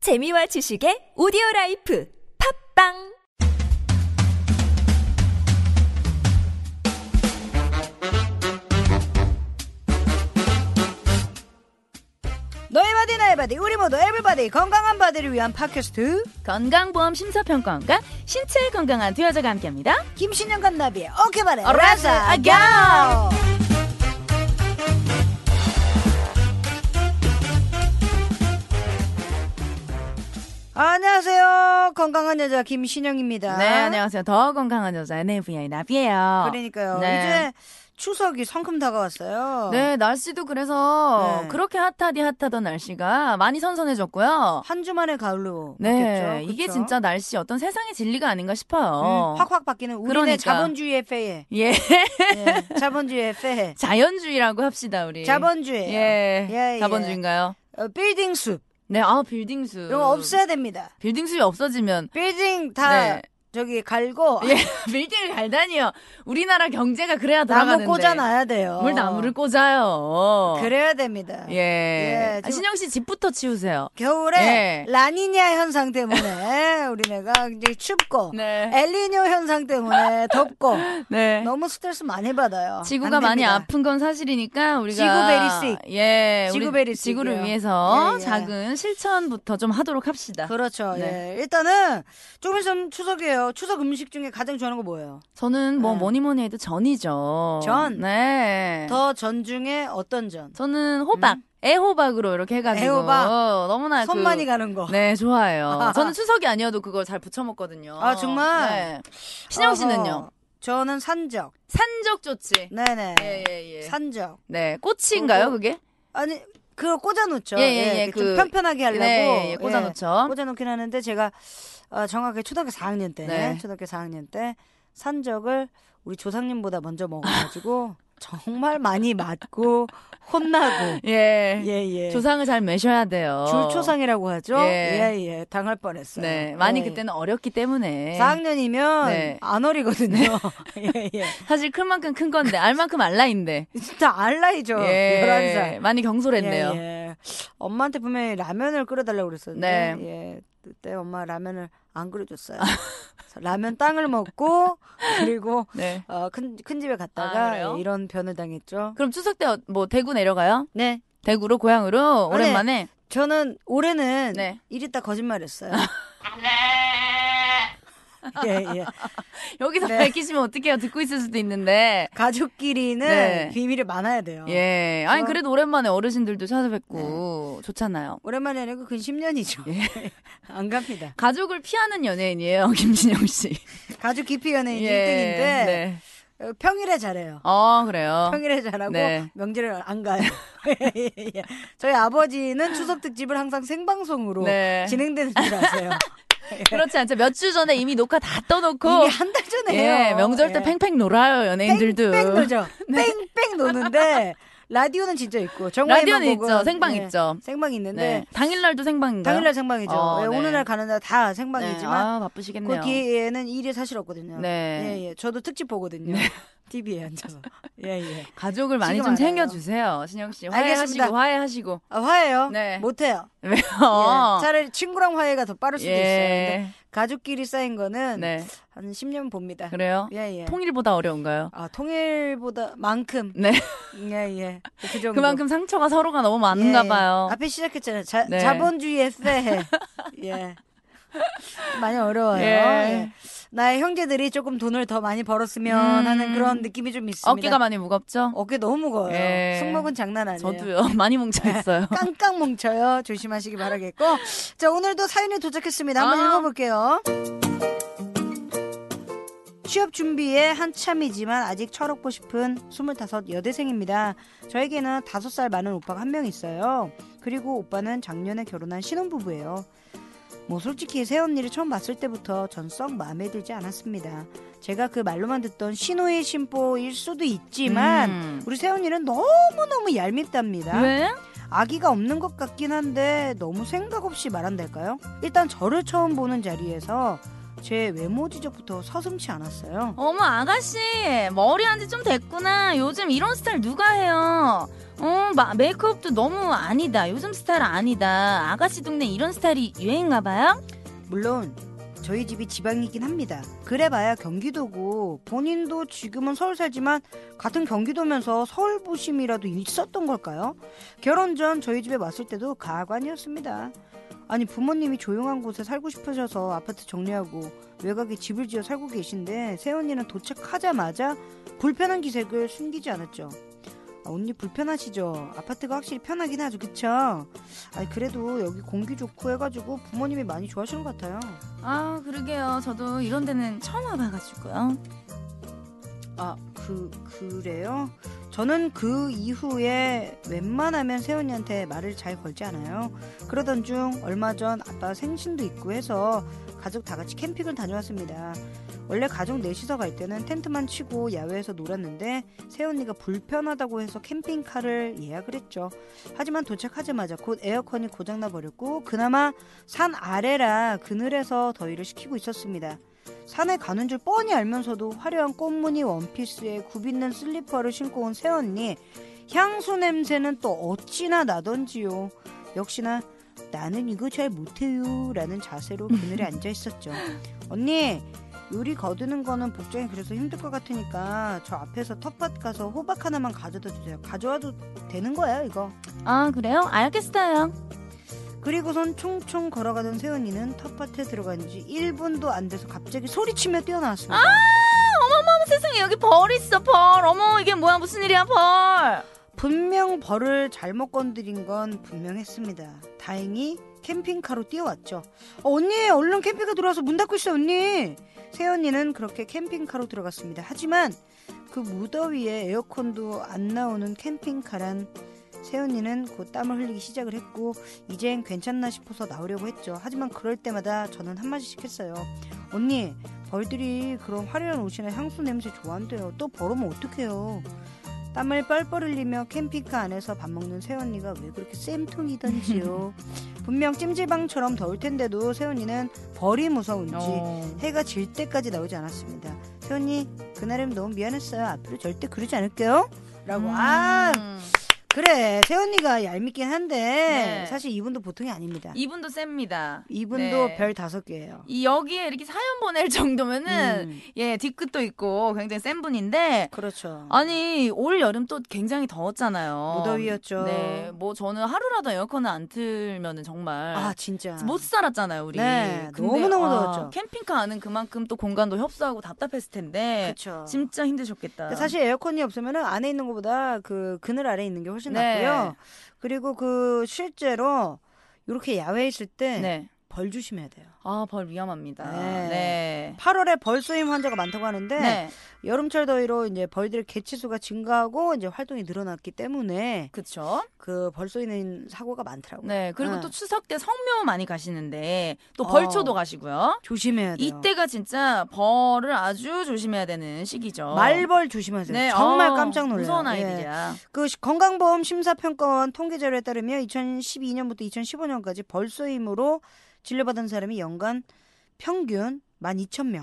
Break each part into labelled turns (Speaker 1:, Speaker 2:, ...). Speaker 1: 재미와 지식의 오디오 라이프 팝빵
Speaker 2: 너의 바디 나의 바디 우리 모두 에브리바디 건강한 바디를 위한 팟캐스트
Speaker 3: 건강보험 심사평가원과 신체 건강한 두 여자가 함께합니다.
Speaker 2: 김신영 간나비의 오케이 바래
Speaker 3: 어라자,
Speaker 2: 라자
Speaker 3: 아갸!
Speaker 2: 갸 아, 안녕하세요 건강한 여자 김신영입니다
Speaker 3: 네, 안녕하세요. 더 건강한 여자 NAVI 나비예요.
Speaker 2: 그러니까요
Speaker 3: 네.
Speaker 2: 이제 추석이 성큼 다가왔어요
Speaker 3: 네, 날씨도 그래서
Speaker 2: 네.
Speaker 3: 그렇게 핫하디 핫하던 날씨가 많이 선선해졌고요.
Speaker 2: 한 주만의 가을로
Speaker 3: 네,
Speaker 2: 바뀌었죠.
Speaker 3: 이게
Speaker 2: 그쵸?
Speaker 3: 진짜 날씨 어떤 세상의 진리가 아닌가
Speaker 2: 음,
Speaker 3: 싶어요.
Speaker 2: 확확 바뀌는 우리네
Speaker 3: 그러니까.
Speaker 2: 자본주의의 폐해
Speaker 3: 예,
Speaker 2: 예, 자본주의의 폐해
Speaker 3: 자연주의라고 합시다 우리.
Speaker 2: 자본주의
Speaker 3: 예,
Speaker 2: 예, 예.
Speaker 3: 자본주의인가요?
Speaker 2: 어, 빌딩 숲
Speaker 3: 네, 아 빌딩수.
Speaker 2: 이거 없애야 됩니다.
Speaker 3: 빌딩수이 없어지면
Speaker 2: 빌딩 다
Speaker 3: 네.
Speaker 2: 저기 갈고
Speaker 3: 예, 빌딩을 갈다니요. 우리나라 경제가 그래야
Speaker 2: 나무
Speaker 3: 돌아가는데.
Speaker 2: 꽂아놔야 돼요.
Speaker 3: 물 나무를 꽂아요.
Speaker 2: 어. 그래야 됩니다.
Speaker 3: 예.
Speaker 2: 예,
Speaker 3: 아,
Speaker 2: 지금-
Speaker 3: 신영 씨 집부터 치우세요.
Speaker 2: 겨울에
Speaker 3: 예.
Speaker 2: 라니냐 현상 때문에 우리네가 굉장히 춥고
Speaker 3: 네.
Speaker 2: 엘니뇨 현상 때문에 덥고
Speaker 3: 네.
Speaker 2: 너무 스트레스 많이 받아요.
Speaker 3: 지구가
Speaker 2: 안 됩니다.
Speaker 3: 많이 아픈 건 사실이니까 우리가
Speaker 2: 지구 베리스.
Speaker 3: 예,
Speaker 2: 지구
Speaker 3: 우리
Speaker 2: 베리스예요.
Speaker 3: 지구를 위해서
Speaker 2: 예, 예.
Speaker 3: 작은 실천부터 좀 하도록 합시다.
Speaker 2: 그렇죠.
Speaker 3: 네.
Speaker 2: 예. 일단은 조금 있으면 추석이에요. 추석 음식 중에 가장 좋아하는 거 뭐예요?
Speaker 3: 저는 뭐
Speaker 2: 네.
Speaker 3: 뭐니 뭐니 해도 전이죠.
Speaker 2: 전?
Speaker 3: 네.
Speaker 2: 더 전 중에 어떤 전?
Speaker 3: 저는 호박, 애호박으로 이렇게 해가지고
Speaker 2: 애호박.
Speaker 3: 너무나
Speaker 2: 손
Speaker 3: 그-
Speaker 2: 많이 가는 거.
Speaker 3: 네, 좋아요.
Speaker 2: 아하.
Speaker 3: 저는 추석이 아니어도 그걸 잘 부쳐 먹거든요.
Speaker 2: 아, 정말?
Speaker 3: 네. 신영
Speaker 2: 어허.
Speaker 3: 씨는요?
Speaker 2: 저는 산적.
Speaker 3: 산적 좋지.
Speaker 2: 네네. 음,
Speaker 3: 예, 예, 예.
Speaker 2: 산적.
Speaker 3: 네, 꽃인가요,
Speaker 2: 그리고-
Speaker 3: 그게?
Speaker 2: 아니 그거 꽂아놓죠.
Speaker 3: 예, 예, 예,
Speaker 2: 이렇게 좀
Speaker 3: 그-
Speaker 2: 편편하게 하려고
Speaker 3: 네, 예,
Speaker 2: 예,
Speaker 3: 꽂아놓죠.
Speaker 2: 꽂아놓긴 하는데 제가 어, 정확하게 초등학교 4학년 때,
Speaker 3: 네.
Speaker 2: 초등학교 4학년 때 산적을 우리 조상님보다 먼저 먹어가지고 정말 많이 맞고 혼나고
Speaker 3: 예.
Speaker 2: 예 예.
Speaker 3: 조상을 잘 매셔야 돼요.
Speaker 2: 줄초상이라고 하죠.
Speaker 3: 예.
Speaker 2: 예예. 당할 뻔했어요.
Speaker 3: 네, 많이
Speaker 2: 예, 예.
Speaker 3: 그때는 어렸기 때문에
Speaker 2: 4학년이면
Speaker 3: 네.
Speaker 2: 안 어리거든요. 예예.
Speaker 3: 사실 큰 만큼 큰 건데 알 만큼 알라인데.
Speaker 2: 진짜 알라이죠.
Speaker 3: 예.
Speaker 2: 그렇죠. 11살.
Speaker 3: 많이 경솔했네요.
Speaker 2: 예, 예. 엄마한테 분명히 라면을 끓여달라고 그랬었는데
Speaker 3: 네.
Speaker 2: 예, 그때 엄마 라면을 안 끓여줬어요. 그래서 라면 땅을 먹고 그리고
Speaker 3: 네.
Speaker 2: 어, 큰, 큰 집에 갔다가
Speaker 3: 아, 그래요?
Speaker 2: 예, 이런 변을 당했죠.
Speaker 3: 그럼 추석 때 뭐 대구 내려가요?
Speaker 2: 네,
Speaker 3: 대구로 고향으로
Speaker 2: 네.
Speaker 3: 오랜만에.
Speaker 2: 저는 올해는
Speaker 3: 네.
Speaker 2: 이랬다 거짓말했어요. 예, 예.
Speaker 3: 여기서
Speaker 2: 네.
Speaker 3: 밝히시면 어떡해요? 듣고 있을 수도 있는데.
Speaker 2: 가족끼리는
Speaker 3: 네.
Speaker 2: 비밀이 많아야 돼요.
Speaker 3: 예. 아니
Speaker 2: 저-
Speaker 3: 그래도 오랜만에 어르신들도
Speaker 2: 네.
Speaker 3: 찾아뵙고 좋잖아요.
Speaker 2: 오랜만이 아니고 근 10년이죠.
Speaker 3: 예.
Speaker 2: 안 갑니다.
Speaker 3: 가족을 피하는 연예인이에요, 김신영 씨.
Speaker 2: 가족 깊이 연예인
Speaker 3: 예.
Speaker 2: 1등인데
Speaker 3: 네.
Speaker 2: 평일에 잘해요.
Speaker 3: 어, 그래요.
Speaker 2: 평일에 잘하고
Speaker 3: 네.
Speaker 2: 명절에 안 가요. 예, 예. 저희 아버지는 추석 특집을 항상 생방송으로
Speaker 3: 네.
Speaker 2: 진행되는 줄 아세요.
Speaker 3: 그렇지 않죠. 몇 주 전에 이미 녹화 다 떠놓고.
Speaker 2: 예. 이미 한 달 전에 해요.
Speaker 3: 그 예, 명절 때
Speaker 2: 예.
Speaker 3: 팽팽 놀아요, 연예인들도. 네.
Speaker 2: 뺑뺑 놀죠. 뺑뺑 노는데 라디오는 진짜 있고 정말
Speaker 3: 라디오는 있죠. 생방 있죠.
Speaker 2: 생방 있는데
Speaker 3: 네. 당일날도 생방인가요?
Speaker 2: 당일날 생방이죠.
Speaker 3: 어,
Speaker 2: 예,
Speaker 3: 네.
Speaker 2: 오는 날 가는 날 다 생방이지만
Speaker 3: 네. 아,
Speaker 2: 그
Speaker 3: 바쁘시겠네요.
Speaker 2: 뒤에는 일이 사실 없거든요.
Speaker 3: 네.
Speaker 2: 예, 예. 저도 특집 보거든요. TV에 앉아서. 예, 예.
Speaker 3: 가족을 많이
Speaker 2: 지금
Speaker 3: 좀
Speaker 2: 알아요.
Speaker 3: 챙겨주세요. 신영 씨. 화해하시고,
Speaker 2: 알겠습니다.
Speaker 3: 화해하시고.
Speaker 2: 아, 화해요?
Speaker 3: 네.
Speaker 2: 못해요.
Speaker 3: 왜요? 어.
Speaker 2: 예, 차라리 친구랑 화해가 더 빠를 수도 있어요. 근데 가족끼리 쌓인 거는
Speaker 3: 예. 네.
Speaker 2: 한 10년 봅니다.
Speaker 3: 그래요?
Speaker 2: 예, 예.
Speaker 3: 통일보다 어려운가요?
Speaker 2: 아, 통일보다 만큼.
Speaker 3: 네.
Speaker 2: 예, 예. 그 정도.
Speaker 3: 그만큼 상처가 서로가 너무
Speaker 2: 예,
Speaker 3: 많은가
Speaker 2: 예.
Speaker 3: 봐요.
Speaker 2: 앞에 시작했잖아요. 자,
Speaker 3: 네.
Speaker 2: 자본주의의 쇠해. 예. 많이 어려워요.
Speaker 3: 예.
Speaker 2: 예. 나의 형제들이 조금 돈을 더 많이 벌었으면
Speaker 3: 음.
Speaker 2: 하는 그런 느낌이 좀 있습니다.
Speaker 3: 어깨가 많이 무겁죠?
Speaker 2: 어깨 너무 무거워요.
Speaker 3: 예.
Speaker 2: 승모근 장난 아니에요. 아,
Speaker 3: 저도요. 많이 뭉쳐있어요.
Speaker 2: 깡깡 뭉쳐요. 조심하시기 바라겠고. 자, 오늘도 사연이 도착했습니다. 한번
Speaker 3: 아.
Speaker 2: 읽어볼게요. 취업 준비에 한참이지만 아직 철없고 싶은 25 여대생입니다. 저에게는 5살 많은 오빠가 한 명 있어요. 그리고 오빠는 작년에 결혼한 신혼부부예요. 뭐 솔직히 새 언니를 처음 봤을 때부터 전 썩 마음에 들지 않았습니다. 제가 그 말로만 듣던 신호의 심보일 수도 있지만
Speaker 3: 음.
Speaker 2: 우리 새 언니는 너무너무 얄밉답니다.
Speaker 3: 왜?
Speaker 2: 아기가 없는 것 같긴 한데 너무 생각 없이 말한달까요? 일단 저를 처음 보는 자리에서 제 외모 지적부터 서슴치 않았어요.
Speaker 3: 어머 아가씨 머리 한 지 좀 됐구나. 요즘 이런 스타일 누가 해요? 어 마- 메이크업도 너무 아니다. 요즘 스타일 아니다. 아가씨 동네 이런 스타일이 유행인가 봐요?
Speaker 2: 물론 저희 집이 지방이긴 합니다. 그래봐야 경기도고 본인도 지금은 서울 살지만 같은 경기도면서 서울 부심이라도 있었던 걸까요? 결혼 전 저희 집에 왔을 때도 가관이었습니다. 아니 부모님이 조용한 곳에 살고 싶으셔서 아파트 정리하고 외곽에 집을 지어 살고 계신데 새언니는 도착하자마자 불편한 기색을 숨기지 않았죠. 아, 언니 불편하시죠? 아파트가 확실히 편하긴 하죠, 그쵸? 아니 그래도 여기 공기 좋고 해가지고 부모님이 많이 좋아하시는 것 같아요.
Speaker 3: 아 그러게요. 저도 이런 데는 처음 와봐가지고요.
Speaker 2: 아, 그 그래요? 저는 그 이후에 웬만하면 세훈이한테 말을 잘 걸지 않아요. 그러던 중 얼마 전 아빠 생신도 있고 해서 가족 다 같이 캠핑을 다녀왔습니다. 원래 가족 넷이서 갈 때는 텐트만 치고 야외에서 놀았는데 세훈이가 불편하다고 해서 캠핑카를 예약을 했죠. 하지만 도착하자마자 곧 에어컨이 고장나 버렸고 그나마 산 아래라 그늘에서 더위를 식히고 있었습니다. 산에 가는 줄 뻔히 알면서도 화려한 꽃무늬 원피스에 굽있는 슬리퍼를 신고 온 새언니 향수 냄새는 또 어찌나 나던지요 역시나 나는 이거 잘 못해요 라는 자세로 그늘에 앉아 있었죠 언니 요리 거두는 거는 복장이 그래서 힘들 것 같으니까 저 앞에서 텃밭 가서 호박 하나만 가져다 주세요 가져와도 되는 거예요 이거
Speaker 3: 아 그래요? 알겠어요.
Speaker 2: 그리고선 총총 걸어가던 세연이는 텃밭에 들어간 지 1분도 안 돼서 갑자기 소리치며 뛰어나왔습니다.
Speaker 3: 아, 어머머 세상에 여기 벌 있어 벌. 어머 이게 뭐야 무슨 일이야 벌.
Speaker 2: 분명 벌을 잘못 건드린 건 분명했습니다. 다행히 캠핑카로 뛰어왔죠. 어, 언니 얼른 캠핑카 들어와서 문 닫고 있어 언니. 세연이는 그렇게 캠핑카로 들어갔습니다. 하지만 그 무더위에 에어컨도 안 나오는 캠핑카란 세연이는 곧 땀을 흘리기 시작을 했고 이젠 괜찮나 싶어서 나오려고 했죠. 하지만 그럴 때마다 저는 한마디씩 했어요. 언니 벌들이 그런 화려한 옷이나 향수 냄새 좋아한대요. 또 벌오면 어떡해요. 땀을 뻘뻘 흘리며 캠핑카 안에서 밥 먹는 세연이가 왜 그렇게 쌤통이던지요. 분명 찜질방처럼 더울 텐데도 세연이는 벌이 무서운지
Speaker 3: 어.
Speaker 2: 해가 질 때까지 나오지 않았습니다. 세연이 그날은 너무 미안했어요. 앞으로 절대 그러지 않을게요. 라고 아
Speaker 3: 음.
Speaker 2: 그래 세연이가 얄밉긴 한데
Speaker 3: 네.
Speaker 2: 사실 이분도 보통이 아닙니다.
Speaker 3: 이분도 셉니다.
Speaker 2: 이분도
Speaker 3: 네.
Speaker 2: 별 다섯 개예요.
Speaker 3: 이 여기에 이렇게 사연 보낼 정도면은
Speaker 2: 음,
Speaker 3: 예 뒤끝도 있고 굉장히 센 분인데
Speaker 2: 그렇죠.
Speaker 3: 아니 올 여름 또 굉장히 더웠잖아요.
Speaker 2: 무더위였죠.
Speaker 3: 네, 뭐 저는 하루라도 에어컨을 안 틀면은 정말
Speaker 2: 아 진짜
Speaker 3: 못 살았잖아요 우리. 아,
Speaker 2: 네, 너무너무 더웠죠.
Speaker 3: 캠핑카 안은 그만큼 또 공간도 협소하고 답답했을 텐데 네.
Speaker 2: 그렇죠.
Speaker 3: 진짜 힘드셨겠다.
Speaker 2: 근데 사실 에어컨이 없으면 안에 있는 것보다 그 그늘 아래 있는 게 훨씬
Speaker 3: 네.
Speaker 2: 낫고요. 그리고 그 실제로 이렇게 야외에 있을 때 벌
Speaker 3: 네.
Speaker 2: 조심해야 돼요.
Speaker 3: 아벌 위험합니다.
Speaker 2: 네.
Speaker 3: 네.
Speaker 2: 8월에 벌 쏘임 환자가 많다고 하는데
Speaker 3: 네.
Speaker 2: 여름철 더위로 이제 벌들의 개체수가 증가하고 이제 활동이 늘어났기 때문에
Speaker 3: 그쵸.
Speaker 2: 그 벌 쏘이는 사고가 많더라고요.
Speaker 3: 네. 그리고
Speaker 2: 네.
Speaker 3: 또 추석 때 성묘 많이 가시는데 또
Speaker 2: 어.
Speaker 3: 벌초도 가시고요.
Speaker 2: 조심해야 돼요.
Speaker 3: 이때가 진짜 벌을 아주 조심해야 되는 시기죠.
Speaker 2: 말벌 조심하세요. 정말
Speaker 3: 어,
Speaker 2: 깜짝 놀라요.
Speaker 3: 무서운
Speaker 2: 예.
Speaker 3: 아이들이야.
Speaker 2: 그 시- 건강보험 심사평가원 통계 자료에 따르면 2012년부터 2015년까지 벌쏘임으로 진료받은 사람이 연간 평균 12,000명.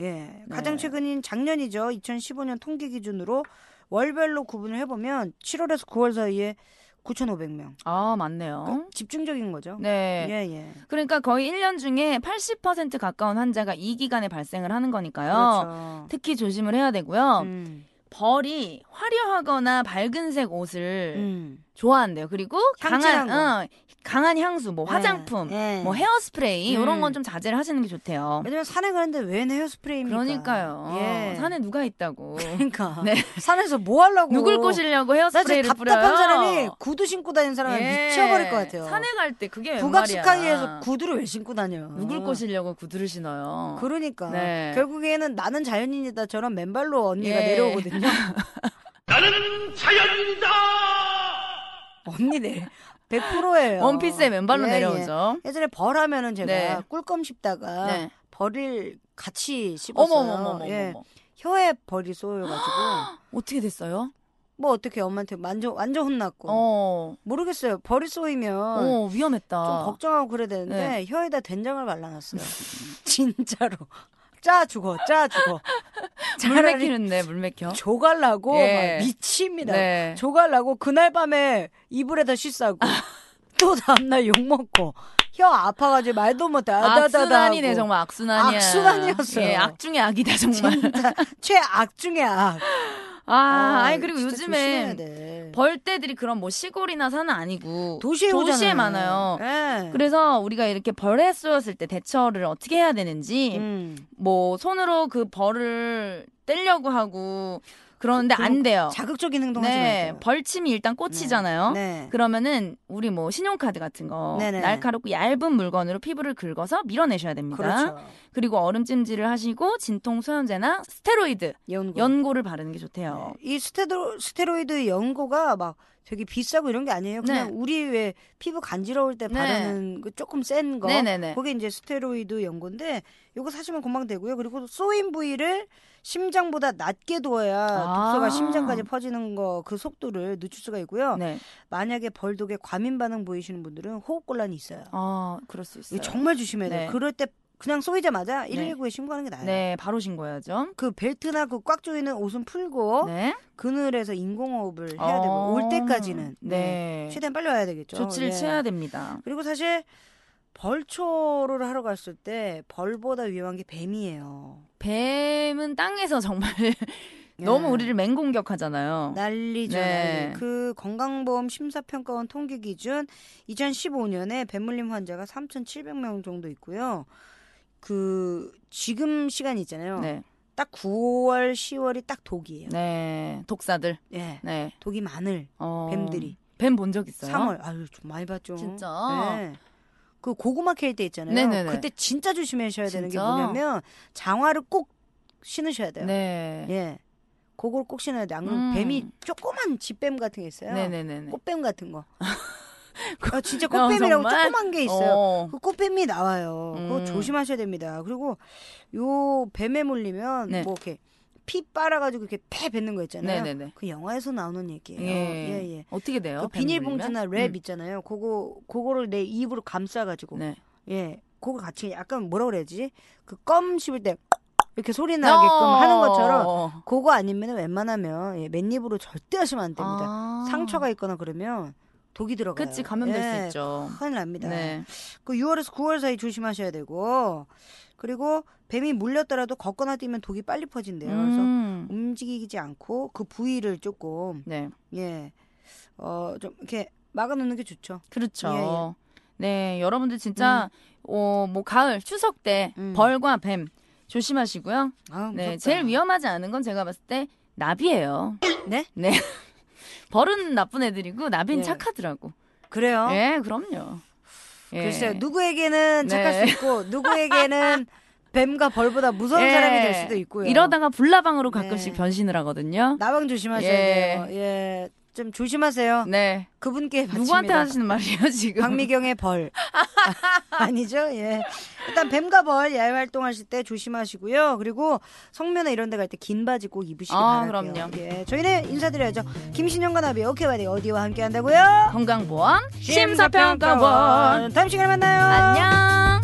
Speaker 2: 예. 가장
Speaker 3: 네.
Speaker 2: 최근인 작년이죠. 2015년 통계 기준으로 월별로 구분을 해보면 7월에서 9월 사이에 9,500명.
Speaker 3: 아, 맞네요.
Speaker 2: 집중적인 거죠.
Speaker 3: 네.
Speaker 2: 예, 예.
Speaker 3: 그러니까 거의 1년 중에 80% 가까운 환자가 이 기간에 발생을 하는 거니까요.
Speaker 2: 그렇죠.
Speaker 3: 특히 조심을 해야 되고요.
Speaker 2: 음,
Speaker 3: 벌이 화려하거나 밝은색 옷을
Speaker 2: 음.
Speaker 3: 좋아한대요. 그리고
Speaker 2: 향진한
Speaker 3: 강한 어, 강한 향수, 뭐 화장품,
Speaker 2: 예, 예.
Speaker 3: 뭐 헤어스프레이
Speaker 2: 음.
Speaker 3: 이런 건 좀 자제를 하시는 게 좋대요.
Speaker 2: 왜냐면 산에 가는데 왜 헤어스프레이입니까?
Speaker 3: 그러니까요.
Speaker 2: 예.
Speaker 3: 산에 누가 있다고.
Speaker 2: 그러니까
Speaker 3: 네.
Speaker 2: 산에서 뭐 하려고
Speaker 3: 누굴 꼬시려고
Speaker 2: 나 진짜
Speaker 3: 헤어스프레이를
Speaker 2: 답답한
Speaker 3: 뿌려요?
Speaker 2: 사람이 구두 신고 다니는 사람은
Speaker 3: 예.
Speaker 2: 미쳐버릴 것 같아요.
Speaker 3: 산에 갈 때 그게 웬
Speaker 2: 북악식하기에서
Speaker 3: 말이야.
Speaker 2: 구두를 왜 신고 다녀?
Speaker 3: 누굴 꼬시려고 구두를 신어요.
Speaker 2: 어. 그러니까
Speaker 3: 네.
Speaker 2: 결국에는 나는 자연인이다처럼 맨발로 언니가
Speaker 3: 예.
Speaker 2: 내려오거든요.
Speaker 4: 나는 자연이다!
Speaker 2: 언니 내 100%예요.
Speaker 3: 원피스에 맨발로
Speaker 2: 예,
Speaker 3: 내려오죠.
Speaker 2: 예. 예전에 벌하면은 제가
Speaker 3: 네.
Speaker 2: 꿀껌 씹다가
Speaker 3: 네.
Speaker 2: 벌을 같이 씹었어요.
Speaker 3: 어머머머머머.
Speaker 2: 예. 혀에 벌이 쏘여가지고
Speaker 3: 어떻게 됐어요?
Speaker 2: 뭐 어떻게 엄마한테 완전 완전 혼났고
Speaker 3: 어,
Speaker 2: 모르겠어요. 벌이 쏘이면
Speaker 3: 어
Speaker 2: 좀
Speaker 3: 위험했다.
Speaker 2: 걱정하고 그래야 되는데
Speaker 3: 네.
Speaker 2: 혀에다 된장을 발라놨어요. 진짜로 짜 죽어, 짜 죽어.
Speaker 3: 물
Speaker 2: 차라리
Speaker 3: 맥히는데 물 맥혀.
Speaker 2: 조갈라고
Speaker 3: 예.
Speaker 2: 막 미칩니다.
Speaker 3: 네.
Speaker 2: 조갈라고 그날 밤에 이불에다 씻싸고 또 다음날 욕 먹고 혀 아파가지고 말도 못해. 아다다다.
Speaker 3: 악순환이네 정말 악순환이야.
Speaker 2: 악순환이었어요.
Speaker 3: 예, 악 중의 악이다 정말.
Speaker 2: 진짜 최악 중에 악.
Speaker 3: 아, 아니 그리고
Speaker 2: 진짜 조심해야
Speaker 3: 요즘에
Speaker 2: 돼.
Speaker 3: 벌떼들이 그럼 뭐 시골이나 산은 아니고
Speaker 2: 도시에 오잖아요.
Speaker 3: 많아요.
Speaker 2: 예.
Speaker 3: 그래서 우리가 이렇게 벌에 쏘였을 때 대처를 어떻게 해야 되는지
Speaker 2: 음.
Speaker 3: 뭐 손으로 그 벌을 떼려고 하고 그러는데 안 돼요.
Speaker 2: 자극적인 행동하지
Speaker 3: 어. 네,
Speaker 2: 마세요.
Speaker 3: 벌침이 일단 꽂히잖아요.
Speaker 2: 네.
Speaker 3: 그러면은 우리 뭐 신용카드 같은 거
Speaker 2: 네네.
Speaker 3: 날카롭고 얇은 물건으로 피부를 긁어서 밀어내셔야 됩니다.
Speaker 2: 그렇죠.
Speaker 3: 리고 얼음찜질을 하시고 진통 소염제나 스테로이드
Speaker 2: 연고.
Speaker 3: 연고를 바르는 게 좋대요.
Speaker 2: 어, 이 스테로, 스테로이드 연고가 막 되게 비싸고 이런 게 아니에요. 그냥
Speaker 3: 네.
Speaker 2: 우리 왜 피부 간지러울 때
Speaker 3: 네.
Speaker 2: 바르는 그 조금 센 거.
Speaker 3: 네, 네, 네.
Speaker 2: 그게 이제 스테로이드 연고인데 요거 사시면 금방 되고요. 그리고 쏘인 부위를 심장보다 낮게 두어야
Speaker 3: 아.
Speaker 2: 독소가 심장까지 퍼지는 거 그 속도를 늦출 수가 있고요.
Speaker 3: 네.
Speaker 2: 만약에 벌독에 과민 반응 보이시는 분들은 호흡 곤란이 있어요.
Speaker 3: 아, 그럴 수
Speaker 2: 이거
Speaker 3: 있어요.
Speaker 2: 정말 조심해야 돼요.
Speaker 3: 네.
Speaker 2: 그럴 때 그냥 쏘이자마자
Speaker 3: 네.
Speaker 2: 119에 신고하는 게 나아요.
Speaker 3: 네, 바로 신고해야죠.
Speaker 2: 그 벨트나 그 꽉 조이는 옷은 풀고
Speaker 3: 네.
Speaker 2: 그늘에서 인공호흡을 어? 해야 되고
Speaker 3: 어,
Speaker 2: 올 때까지는
Speaker 3: 네.
Speaker 2: 최대한 빨리 와야 되겠죠.
Speaker 3: 조치를
Speaker 2: 예.
Speaker 3: 취해야 됩니다.
Speaker 2: 그리고 사실 벌초를 하러 갔을 때 벌보다 위험한 게 뱀이에요.
Speaker 3: 뱀은 땅에서 정말
Speaker 2: 예.
Speaker 3: 너무 우리를 맹공격하잖아요.
Speaker 2: 난리죠.
Speaker 3: 네.
Speaker 2: 난리. 그 건강보험 심사평가원 통계 기준 2015년에 뱀물림 환자가 3,700명 정도 있고요. 그 지금 시간 있잖아요.
Speaker 3: 네.
Speaker 2: 딱 9월, 10월이 딱 독이에요.
Speaker 3: 네. 독사들.
Speaker 2: 예.
Speaker 3: 네.
Speaker 2: 독이 많을
Speaker 3: 어,
Speaker 2: 뱀들이.
Speaker 3: 뱀 본 적 있어요?
Speaker 2: 3월. 아유, 좀 많이 봤죠.
Speaker 3: 진짜?
Speaker 2: 네. 그 고구마 캘 때 있잖아요.
Speaker 3: 네네네.
Speaker 2: 그때 진짜 조심하셔야 되는 게
Speaker 3: 진짜?
Speaker 2: 뭐냐면 장화를 꼭 신으셔야 돼요.
Speaker 3: 네.
Speaker 2: 예. 그걸 꼭 신어야 돼요. 안 그러면
Speaker 3: 음.
Speaker 2: 뱀이 조그만 집뱀 같은 게 있어요.
Speaker 3: 네네네네.
Speaker 2: 예. 꽃뱀 같은 거. 아, 진짜
Speaker 3: 어,
Speaker 2: 꽃뱀이라고
Speaker 3: 정말?
Speaker 2: 조그만 게 있어요.
Speaker 3: 어.
Speaker 2: 그 꽃뱀이 나와요. 그거
Speaker 3: 음.
Speaker 2: 조심하셔야 됩니다. 그리고 요 뱀에 물리면
Speaker 3: 네.
Speaker 2: 뭐 이렇게 피 빨아가지고 이렇게 패 뱉는 거 있잖아요.
Speaker 3: 네네네.
Speaker 2: 그 영화에서 나오는 얘기예요. 예, 예.
Speaker 3: 어떻게 돼요?
Speaker 2: 그
Speaker 3: 뱀
Speaker 2: 비닐봉지나 랩
Speaker 3: 물리면?
Speaker 2: 있잖아요. 그거 그거를 내 입으로 감싸가지고
Speaker 3: 음. 네.
Speaker 2: 예, 그거 같이 약간 뭐라 그래야지 그 껌 씹을 때 이렇게 소리 나게끔 하는 것처럼
Speaker 3: 어.
Speaker 2: 그거 아니면 웬만하면 예, 맨입으로 절대 하시면 안 됩니다.
Speaker 3: 아.
Speaker 2: 상처가 있거나 그러면 독이 들어가요.
Speaker 3: 그치 감염될
Speaker 2: 예,
Speaker 3: 수 있죠.
Speaker 2: 큰일 납니다.
Speaker 3: 네.
Speaker 2: 그 6월에서 9월 사이 조심하셔야 되고 그리고 뱀이 물렸더라도 걷거나 뛰면 독이 빨리 퍼진대요. 네, 그래서
Speaker 3: 음.
Speaker 2: 움직이지 않고 그 부위를 조금
Speaker 3: 네.
Speaker 2: 예. 어, 좀 이렇게 막아놓는 게 좋죠. 예,
Speaker 3: 그렇죠. 네, 여러분들 진짜 어, 뭐 가을 추석 때
Speaker 2: 음.
Speaker 3: 벌과 뱀 조심하시고요.
Speaker 2: 아,
Speaker 3: 네,
Speaker 2: 무섭다.
Speaker 3: 제일 위험하지 않은 건 제가 봤을 때 나비예요.
Speaker 2: 네?
Speaker 3: 네. 벌은 나쁜 애들이고 나비는
Speaker 2: 예.
Speaker 3: 착하더라고.
Speaker 2: 그래요?
Speaker 3: 예, 그럼요. 예.
Speaker 2: 글쎄요. 누구에게는
Speaker 3: 네.
Speaker 2: 착할 수 있고 누구에게는 뱀과 벌보다 무서운 사람이 될 수도 있고요.
Speaker 3: 예. 이러다가 불나방으로 가끔씩
Speaker 2: 네.
Speaker 3: 변신을 하거든요.
Speaker 2: 나방 조심하셔야
Speaker 3: 예.
Speaker 2: 돼요. 예. 좀 조심하세요.
Speaker 3: 네.
Speaker 2: 그분께 바칩니다.
Speaker 3: 누구한테 하시는 말이에요, 지금?
Speaker 2: 박미경의 벌. 아니죠? 예. 일단 뱀과 벌 야외 활동하실 때 조심하시고요. 그리고 성면에 이런 데 갈 때 긴 바지 꼭 입으시기
Speaker 3: 아,
Speaker 2: 바랄게요.
Speaker 3: 그럼요.
Speaker 2: 예. 저희는 인사드려야죠. 김신영과 나비 오케이 바디 어디와 함께 한다고요?
Speaker 3: 건강보험 심사평가원.
Speaker 2: 다음 시간에 만나요.
Speaker 3: 안녕.